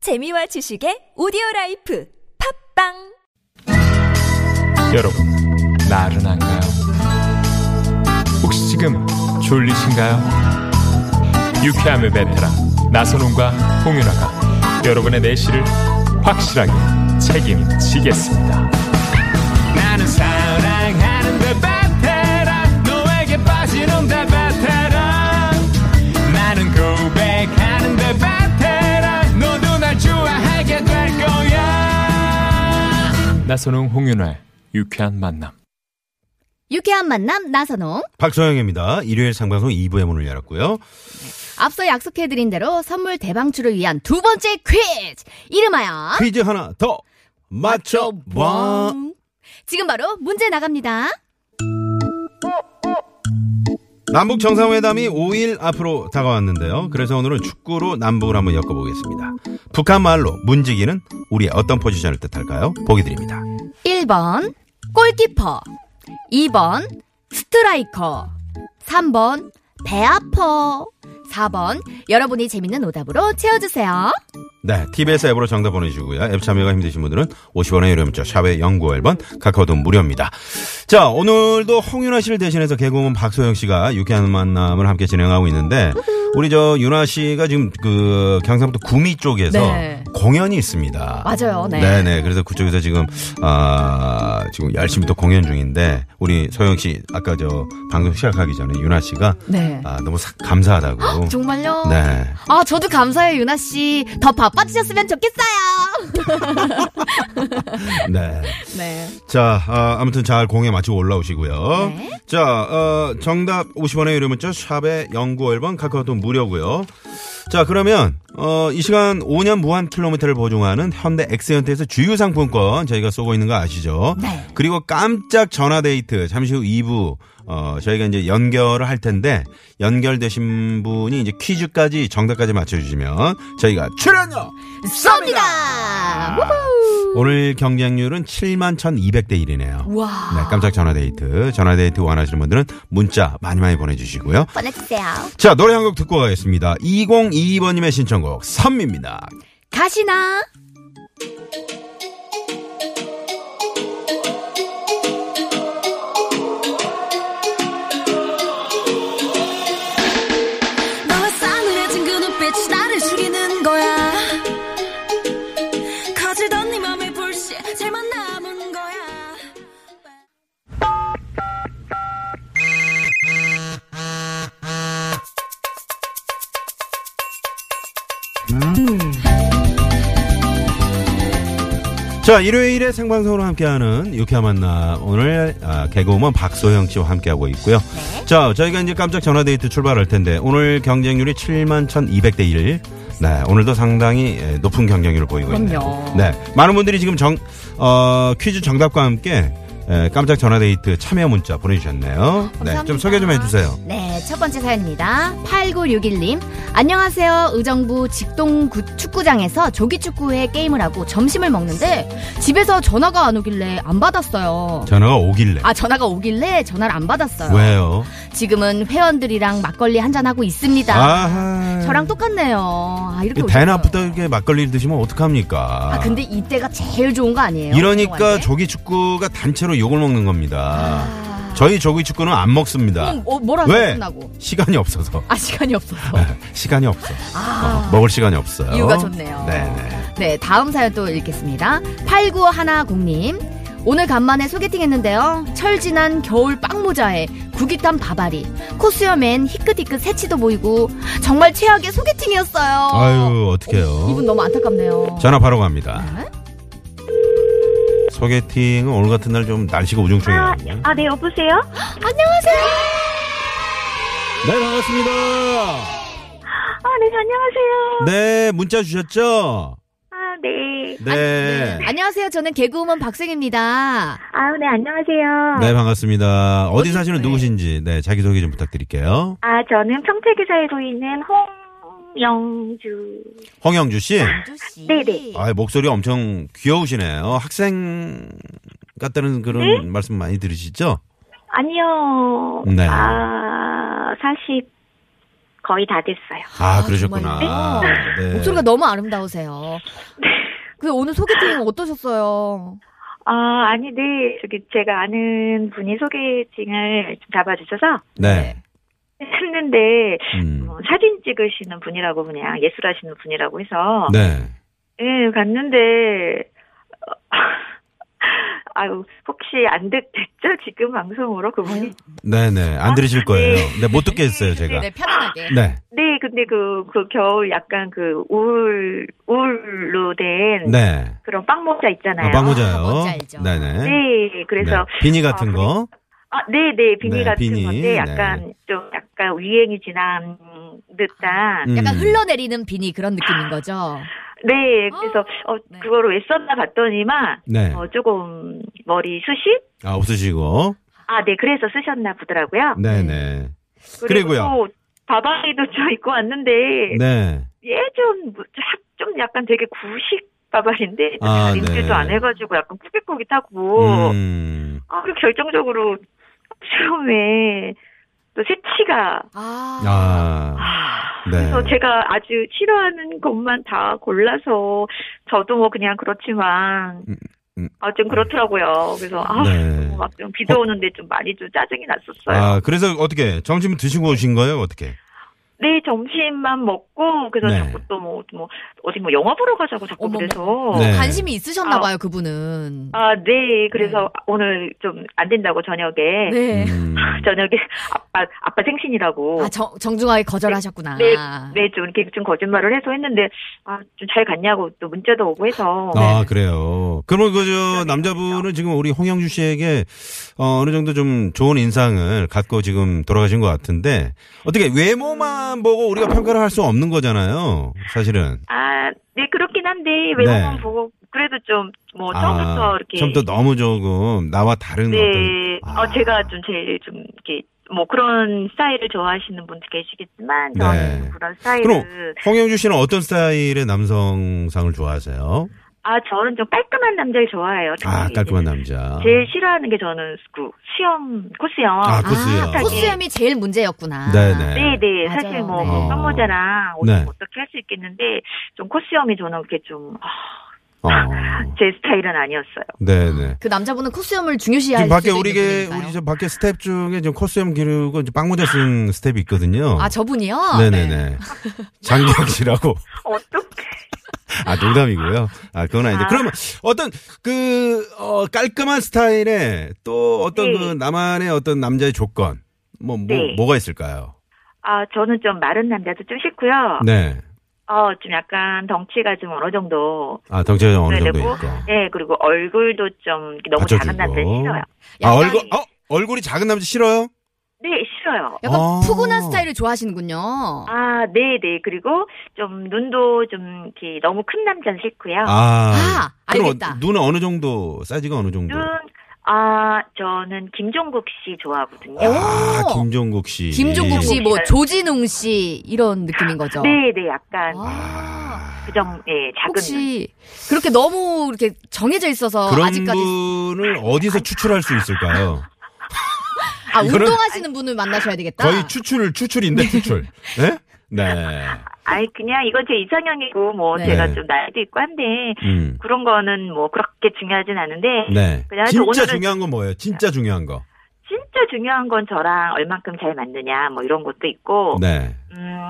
재미와 지식의 오디오 라이프 팝빵 여러분, 나른한가요? 혹시 지금 졸리신가요? 유쾌함의 베테랑 나선홍과 홍윤아가 여러분의 내실을 확실하게 책임지겠습니다. 나는 사랑하는데 베테랑 너에게 빠지는데 베테랑 나는 고백하는데 베테랑 너도 날 좋아하게 될 거야. 나선홍 홍윤아의 유쾌한 만남. 유쾌한 만남 나선홍. 박소영입니다. 일요일 상방송 2부의 문을 열었고요. 앞서 약속해드린 대로 선물 대방출을 위한 두 번째 퀴즈. 이름하여 퀴즈 하나 더 맞춰봐. 지금 바로 문제 나갑니다. 남북 정상회담이 5일 앞으로 다가왔는데요. 그래서 오늘은 축구로 남북을 한번 엮어보겠습니다. 북한 말로 문지기는 우리의 어떤 포지션을 뜻할까요? 보기 드립니다. 1번 골키퍼 2번 스트라이커 3번 배아퍼 4번 여러분이 재밌는 오답으로 채워주세요. 네, TBS 앱으로 정답 보내주고요. 앱 참여가 힘드신 분들은 50원의 유료 문자 샵의 연구 앨범 카카오톡 무료입니다. 자, 오늘도 홍윤아 씨를 대신해서 개그우먼 박소영 씨가 유쾌한 만남을 함께 진행하고 있는데 우리 저 윤아 씨가 지금 그 경상북도 구미 쪽에서 네. 공연이 있습니다. 맞아요. 네. 네, 네. 그래서 그쪽에서 지금 아 지금 열심히 또 공연 중인데 우리 소영 씨 아까 저 방송 시작하기 전에 윤아 씨가 네. 아, 아 너무 사- 감사하다고. 정말요? 네. 아 저도 감사해요 유나 씨. 더 바빠지셨으면 좋겠어요. 네. 네. 자, 아, 아무튼 잘 공에 맞추고 올라오시고요. 네. 자, 어, 정답 50원의 유료 문자 샵의 연구 앨범 카카오톡 무료고요. 자, 그러면 어, 이 시간 5년 무한 킬로미터를 보증하는 현대 엑세언트에서 주유 상품권 저희가 쏘고 있는 거 아시죠? 네. 그리고 깜짝 전화 데이트 잠시 후 2부 어, 저희가 이제 연결을 할 텐데 연결되신 분이 이제 퀴즈까지 정답까지 맞춰 주시면 저희가 출연료 쏩니다. 음. 오늘 경쟁률은 7만 1,200대 1이네요. 와. 네, 깜짝 전화데이트. 전화데이트 원하시는 분들은 문자 많이 많이 보내주시고요. 보내주세요. 자, 노래 한 곡 듣고 가겠습니다. 2022번님의 신청곡, 선미입니다. 가시나. 너와 싸늘해진 그 눈빛이 나를 죽이는 거야 커지던 네 맘의 불씨 제만 남은 거야 자, 일요일에 생방송으로 함께하는 유쾌한 만남. 오늘 아, 개그우먼 박소영 씨와 함께하고 있고요. 네. 자, 저희가 이제 깜짝 전화데이트 출발할 텐데, 오늘 경쟁률이 7만 1,200대 1. 네, 오늘도 상당히 예, 높은 경쟁률을 보이고 있네요. 그럼요. 네, 많은 분들이 지금 정, 어, 퀴즈 정답과 함께 예, 깜짝 전화데이트 참여 문자 보내주셨네요. 네, 감사합니다. 좀 소개 좀 해주세요. 네, 첫 번째 사연입니다. 8961님. 안녕하세요. 의정부 직동 구- 축구장에서 조기축구회 게임을 하고 점심을 먹는데 집에서 전화가 안 오길래 안 받았어요. 전화가 오길래. 아, 전화가 오길래 전화를 안 받았어요. 왜요? 지금은 회원들이랑 막걸리 한잔하고 있습니다. 아하. 그 저랑 똑같네요. 아, 이렇게. 배 오셨어요. 나쁘다게 막걸리를 드시면 어떡합니까? 아, 근데 이때가 제일 좋은 거 아니에요? 이러니까 운동할 때? 조기 축구가 단체로 욕을 먹는 겁니다. 아. 저희 조기 축구는 안 먹습니다. 음, 어, 뭐라 왜? 끝나고. 시간이 없어서. 아, 시간이 없어서. 시간이 없어. 아. 어, 먹을 시간이 없어요. 이유가 좋네요. 네네. 네, 다음 사연 또 읽겠습니다. 8910님. 오늘 간만에 소개팅 했는데요. 철 지난 겨울 빵모자에 구깃한 바바리, 코수염엔 희끗희끗 새치도 보이고 정말 최악의 소개팅이었어요. 아유, 어떡해요. 이분 너무 안타깝네요. 전화 바로 갑니다. 네? 소개팅은 오늘 같은 날 좀 날씨가 우중충해요. 아, 네, 여보세요? 안녕하세요. 네, 반갑습니다. 아, 네, 안녕하세요. 네, 문자 주셨죠? 아, 네. 네. 안녕하세요. 저는 개그우먼 박생입니다. 아우, 네, 안녕하세요. 네, 반갑습니다. 어디 사시는 네. 누구신지, 네, 자기소개 좀 부탁드릴게요. 아, 저는 평택에 살고 있는 홍영주. 홍영주 씨. 아, 씨. 네네. 아, 목소리 엄청 귀여우시네요. 학생 같다는 그런 말씀 많이 들으시죠? 아니요. 네. 아, 40, 거의 다 됐어요. 아, 아, 그러셨구나. 정말요? 네. 목소리가 너무 아름다우세요. 그 오늘 소개팅 어떠셨어요? 아, 아니, 네. 저기 제가 아는 분이 소개팅을 좀 잡아주셔서 네. 했는데 음. 어, 사진 찍으시는 분이라고 그냥 예술하시는 분이라고 해서 네. 예, 갔는데 어, 아유, 혹시 안 됐, 죠 지금 방송으로 그분이? 네네. 안 들으실 거예요. 네, 못 듣겠어요, 제가. 네, 편안하게. 네. 네, 근데 그, 그 겨울 약간 그 우울, 우울로 된 네. 그런 빵모자 있잖아요. 아, 빵모자요. 아, 뭔지 알죠. 네네. 네, 그래서 네. 비니 같은 아, 거. 아, 네, 네, 비니 네, 같은 비니. 건데 약간 좀 약간 유행이 지난 듯한. 약간 음. 흘러내리는 비니 그런 느낌인 거죠. 네, 그래서 어, 네. 그거를 왜 썼나 봤더니만 네. 어, 조금 머리 숱이 아, 없으시고. 아, 네, 그래서 쓰셨나 보더라고요. 네네. 그리고 그리고요. 또 바바이도 저 입고 왔는데 네. 예전 뭐 자- 좀 약간 되게 구식 바바인데 좀 아, 잘 네. 인지도 안 해가지고 약간 꾸깃꾸깃하고 음. 아, 그리고 결정적으로 처음에 또 새치가 아. 아. 네. 그래서 제가 아주 싫어하는 것만 다 골라서 저도 뭐 그냥 그렇지만 음, 음. 아 좀 그렇더라고요. 그래서 아 네. 막 좀 비도 오는데 좀 많이 좀 짜증이 났었어요. 아, 그래서 어떻게 점심 드시고 오신 거예요? 어떻게? 네 점심만 먹고 그래서 네. 자꾸 또 뭐 뭐 어디 뭐 영화 보러 가자고 자꾸 어머머. 그래서 네. 관심이 있으셨나 아. 봐요, 그분은. 아 네 그래서 오늘 좀 안 된다고 저녁에 네. 음. 저녁에 아빠 아빠 생신이라고 아, 정, 정중하게 거절하셨구나. 네, 네, 좀 이렇게 좀 거짓말을 해서 했는데, 아, 좀 잘 갔냐고 또 문자도 오고 해서. 네. 아, 그래요. 그러면 그 저 남자분은 지금 우리 홍영주 씨에게 어, 어느 정도 좀 좋은 인상을 갖고 지금 돌아가신 것 같은데 어떻게 외모만 보고 우리가 평가를 할 수 없는 거잖아요. 사실은. 아, 네, 그렇긴 한데, 외모만 네. 보고, 그래도 좀, 뭐, 아, 처음부터 이렇게. 처음부터 너무 조금 나와 다른 네, 어떤 아. 어, 제가 좀 제일 좀, 이렇게, 뭐, 그런 스타일을 좋아하시는 분도 계시겠지만, 저는 네. 그런 스타일을. 그럼 홍영주 씨는 어떤 스타일의 남성상을 좋아하세요? 아, 저는 좀 깔끔한 남자를 좋아해요. 아, 특히 깔끔한 이제 남자. 네. 제일 싫어하는 게 저는 그, 수염, 코수염. 아, 아, 코수염. 코수염이 제일 문제였구나. 네네. 어. 네, 네. 맞아요. 사실 뭐, 네. 뭐 빵모자랑 옷은 네. 어떻게 할 수 있겠는데, 좀 코수염이 저는 이렇게 좀, 아, 어. 제 스타일은 아니었어요. 네네. 그 남자분은 코수염을 중요시할 지금 밖에 수도 우리 있는 게 분이니까요. 우리 저 밖에 스텝 중에 지금 코스염 기르고 이제 빵모자 쓴 스텝이 있거든요. 아, 저분이요? 네. 네네네. 장기혁 씨라고. 어떻게. 아 농담이고요. 아 그건 아닌데. 아. 그러면 어떤 그 어, 깔끔한 스타일에 또 어떤 네. 그 나만의 어떤 남자의 조건 뭐, 뭐 네. 뭐가 있을까요? 아, 저는 좀 마른 남자도 좀 싫고요. 네. 어, 좀 약간 덩치가 좀 어느 정도. 아 덩치가 어느 그래야 정도 되고, 있고. 아, 네, 그리고 얼굴도 좀 이렇게 너무 받쳐주고. 작은 남자는 싫어요. 아 약간- 얼굴 어 얼굴이 작은 남자 싫어요? 네, 싫어요. 약간 아. 푸근한 스타일을 좋아하시는군요. 아, 네, 네. 그리고 좀 눈도 좀 이렇게 너무 큰 남자는 싫고요. 아. 아, 그럼 알겠다. 어, 눈은 어느 정도 사이즈가 어느 정도? 눈, 아, 저는 김종국 씨 좋아하거든요. 아 오. 김종국 씨. 네. 김종국 씨, 뭐 조진웅 씨 이런 느낌인 거죠. 네, 네, 약간 아. 아. 그 정, 예, 작은. 혹시 그렇게 너무 이렇게 정해져 있어서 그런 아직까지 분을 어디서 추출할 수 있을까요? 아 이거는- 운동하시는 분을 만나셔야 되겠다. 거의 추출 추출인데 추출. 네? 네. 아이, 그냥 이건 제 이상형이고, 뭐, 네. 제가 좀 나이도 있고 한데, 음. 그런 거는 뭐, 그렇게 중요하진 않은데, 네. 그냥 하여튼 진짜 오늘은- 중요한 건 뭐예요? 진짜 중요한 거. 진짜 중요한 건 저랑 얼만큼 잘 맞느냐 뭐 이런 것도 있고 네. 음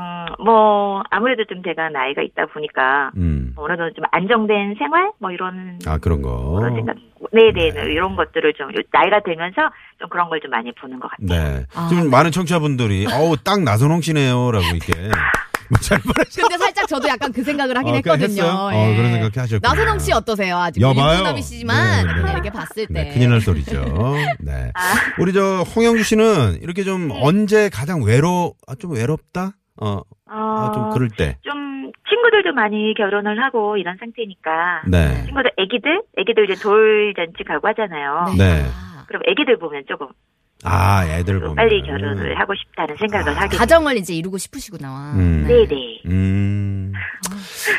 뭐 아무래도 좀 제가 나이가 있다 보니까 뭐 음. 어느 정도 좀 안정된 생활 뭐 이런 아 그런 거. 그런 생각 네네 네. 이런 것들을 좀 나이가 들면서 좀 그런 걸 좀 많이 보는 것 같아요. 네. 아, 지금 네. 많은 청취자분들이 어우 딱 나선홍 씨네요라고 이렇게 문자를 보내주. 근데 살짝 저도 약간 그 생각을 하긴 어, 그냥 했거든요. 예. 했어요? 어, 그런 생각 하셨구나. 나선홍 씨 어떠세요? 아직 여봐요. 유부남이시지만 네, 네. 이렇게 봤을 때 네, 큰일 날 소리죠. 네. 아. 우리 저 홍영주 씨는 이렇게 좀 네. 언제 가장 외로 아, 좀 외롭다? 어, 아, 좀 어, 그럴 때. 좀 친구들도 많이 결혼을 하고 이런 상태니까 네. 친구들 애기들 애기들 이제 돌잔치 가고 하잖아요. 네. 네. 아, 그럼 애기들 보면 조금 아, 애들 보면 빨리 결혼을 하고 싶다는 생각을 하게 아, 돼요. 가정을 이제 이루고 싶으시구나. 음. 네네. 음.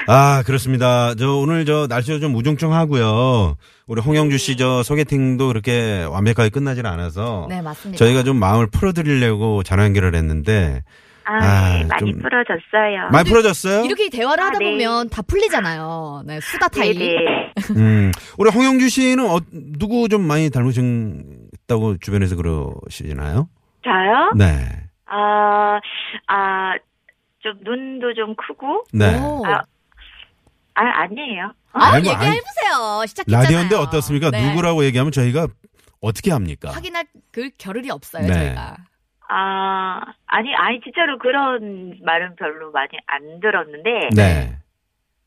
아, 그렇습니다. 저 오늘 저 날씨도 좀 우중충하고요. 우리 홍영주 씨 저 소개팅도 그렇게 완벽하게 끝나질 않아서 네, 맞습니다. 저희가 좀 마음을 풀어드리려고 전화 연결을 했는데 아, 네, 아, 많이 좀- 풀어졌어요. 많이 풀어졌어요? 이렇게 대화를 하다 아, 네. 보면 다 풀리잖아요. 네, 수다 타이. 네네. 음. 우리 홍영주 씨는 어, 누구 좀 많이 닮으셨다고 주변에서 그러시나요? 저요? 네. 아, 아, 좀 눈도 좀 크고. 네. 오. 아, 아, 아니에요. 아, 아니, 뭐, 아니, 얘기해보세요. 시작했잖아요. 라디오인데 어떻습니까? 네. 누구라고 얘기하면 저희가 어떻게 합니까? 확인할 그 겨를이 없어요, 네. 저희가. 아, 아니, 아니, 진짜로 그런 말은 별로 많이 안 들었는데. 네.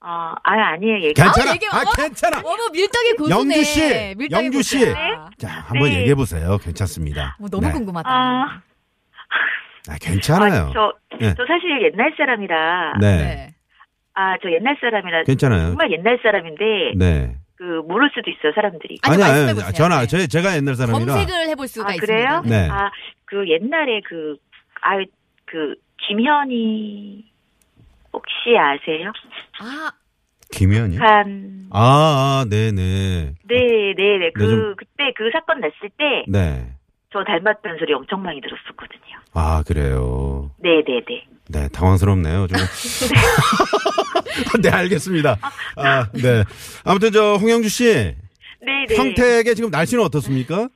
어, 아, 아니에요. 얘기. 괜찮아. 아, 얘기- 아, 어? 괜찮아. 어머, 밀떡이 고수네. 영주 씨, 밀떡이 영주 씨. 고수야. 네. 자, 한번 네. 얘기해 보세요. 괜찮습니다. 뭐 너무 네. 궁금하다. 아, 아, 괜찮아요. 아니, 저, 네. 저 사실 옛날 사람이라. 네. 네. 아, 저 옛날 사람이라. 괜찮아요. 정말 옛날 사람인데. 네. 그, 모를 수도 있어요, 사람들이. 아니, 아니, 말씀해보세요. 전화, 네. 저, 제가 옛날 사람이라. 검색을 해볼 수가 아, 그래요? 있습니다. 네. 아, 그 옛날에 그, 아, 그, 김현희, 혹시 아세요? 아, 김현이? 북한, 아, 아, 네. 네네. 네, 네, 네. 그, 네, 좀- 그때 그 사건 났을 때, 네. 저 닮았다는 소리 엄청 많이 들었었거든요. 아, 그래요. 네, 네, 네. 네, 당황스럽네요. 좀. 네, 알겠습니다. 아, 네. 아무튼 저 홍영주 씨 네, 네. 평택의 지금 날씨는 어떻습니까?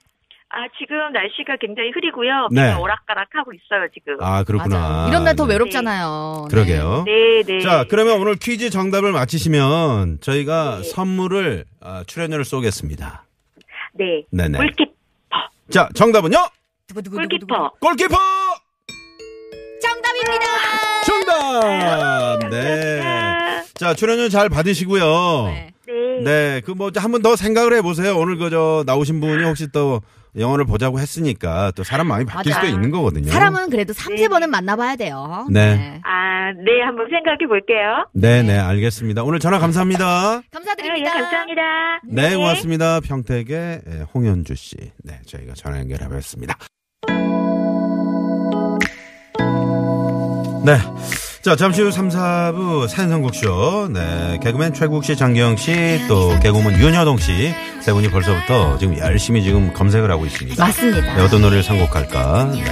아, 지금 날씨가 굉장히 흐리고요. 네. 비가 오락가락 하고 있어요, 지금. 아, 그렇구나. 맞아요. 이런 날 더 네. 외롭잖아요. 그러게요. 네, 네. 자, 그러면 오늘 퀴즈 정답을 맞히시면 저희가 네. 선물을 아, 출연료를 쏘겠습니다. 네. 네, 네. 물기, 자, 정답은요? 물기퍼. 골키퍼! 정답입니다. 정답! 네. 자, 출연료 잘 받으시고요. 네. 네. 네, 그 뭐 한 번 더 생각을 해보세요. 오늘 그 저 나오신 분이 혹시 또 영어를 보자고 했으니까 또 사람 마음이 바뀔 맞아. 수도 있는 거거든요. 사람은 그래도 3, 네. 4번은 만나봐야 돼요. 네. 아, 네. 한번 생각해 볼게요. 네, 네, 알겠습니다. 오늘 전화 감사합니다. 아, 예, 감사드립니다. 감사합니다. 네, 고맙습니다. 평택의 예, 홍현주 씨. 네, 저희가 전화 연결해봤습니다. 네. 자, 잠시 후 3, 4부 사연선곡쇼. 네. 개그맨 최국 씨, 장경 씨, 또 개그맨 윤여동 씨. 세 분이 벌써부터 지금 열심히 지금 검색을 하고 있습니다. 맞습니다. 네, 어떤 노래를 선곡할까? 네.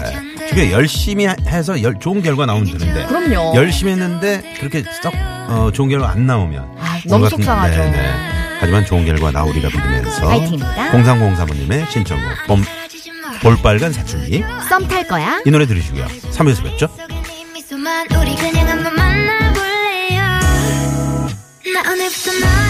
되게 열심히 해서 열- 좋은 결과 나오면 되는데. 그럼요. 열심히 했는데 그렇게 썩 어, 좋은 결과 안 나오면 아, 뭔가 너무 좀- 속상하죠. 네, 네. 하지만 좋은 결과 나오리라 부르면서 파이팅입니다. 공상공사모님의 신청곡 봄 볼빨간 사춘기 썸 탈 거야? 이 노래 들으시고요. 3회에서 뵙죠. 네 우리 그냥 한번 만나볼래요 나 오늘부터 너의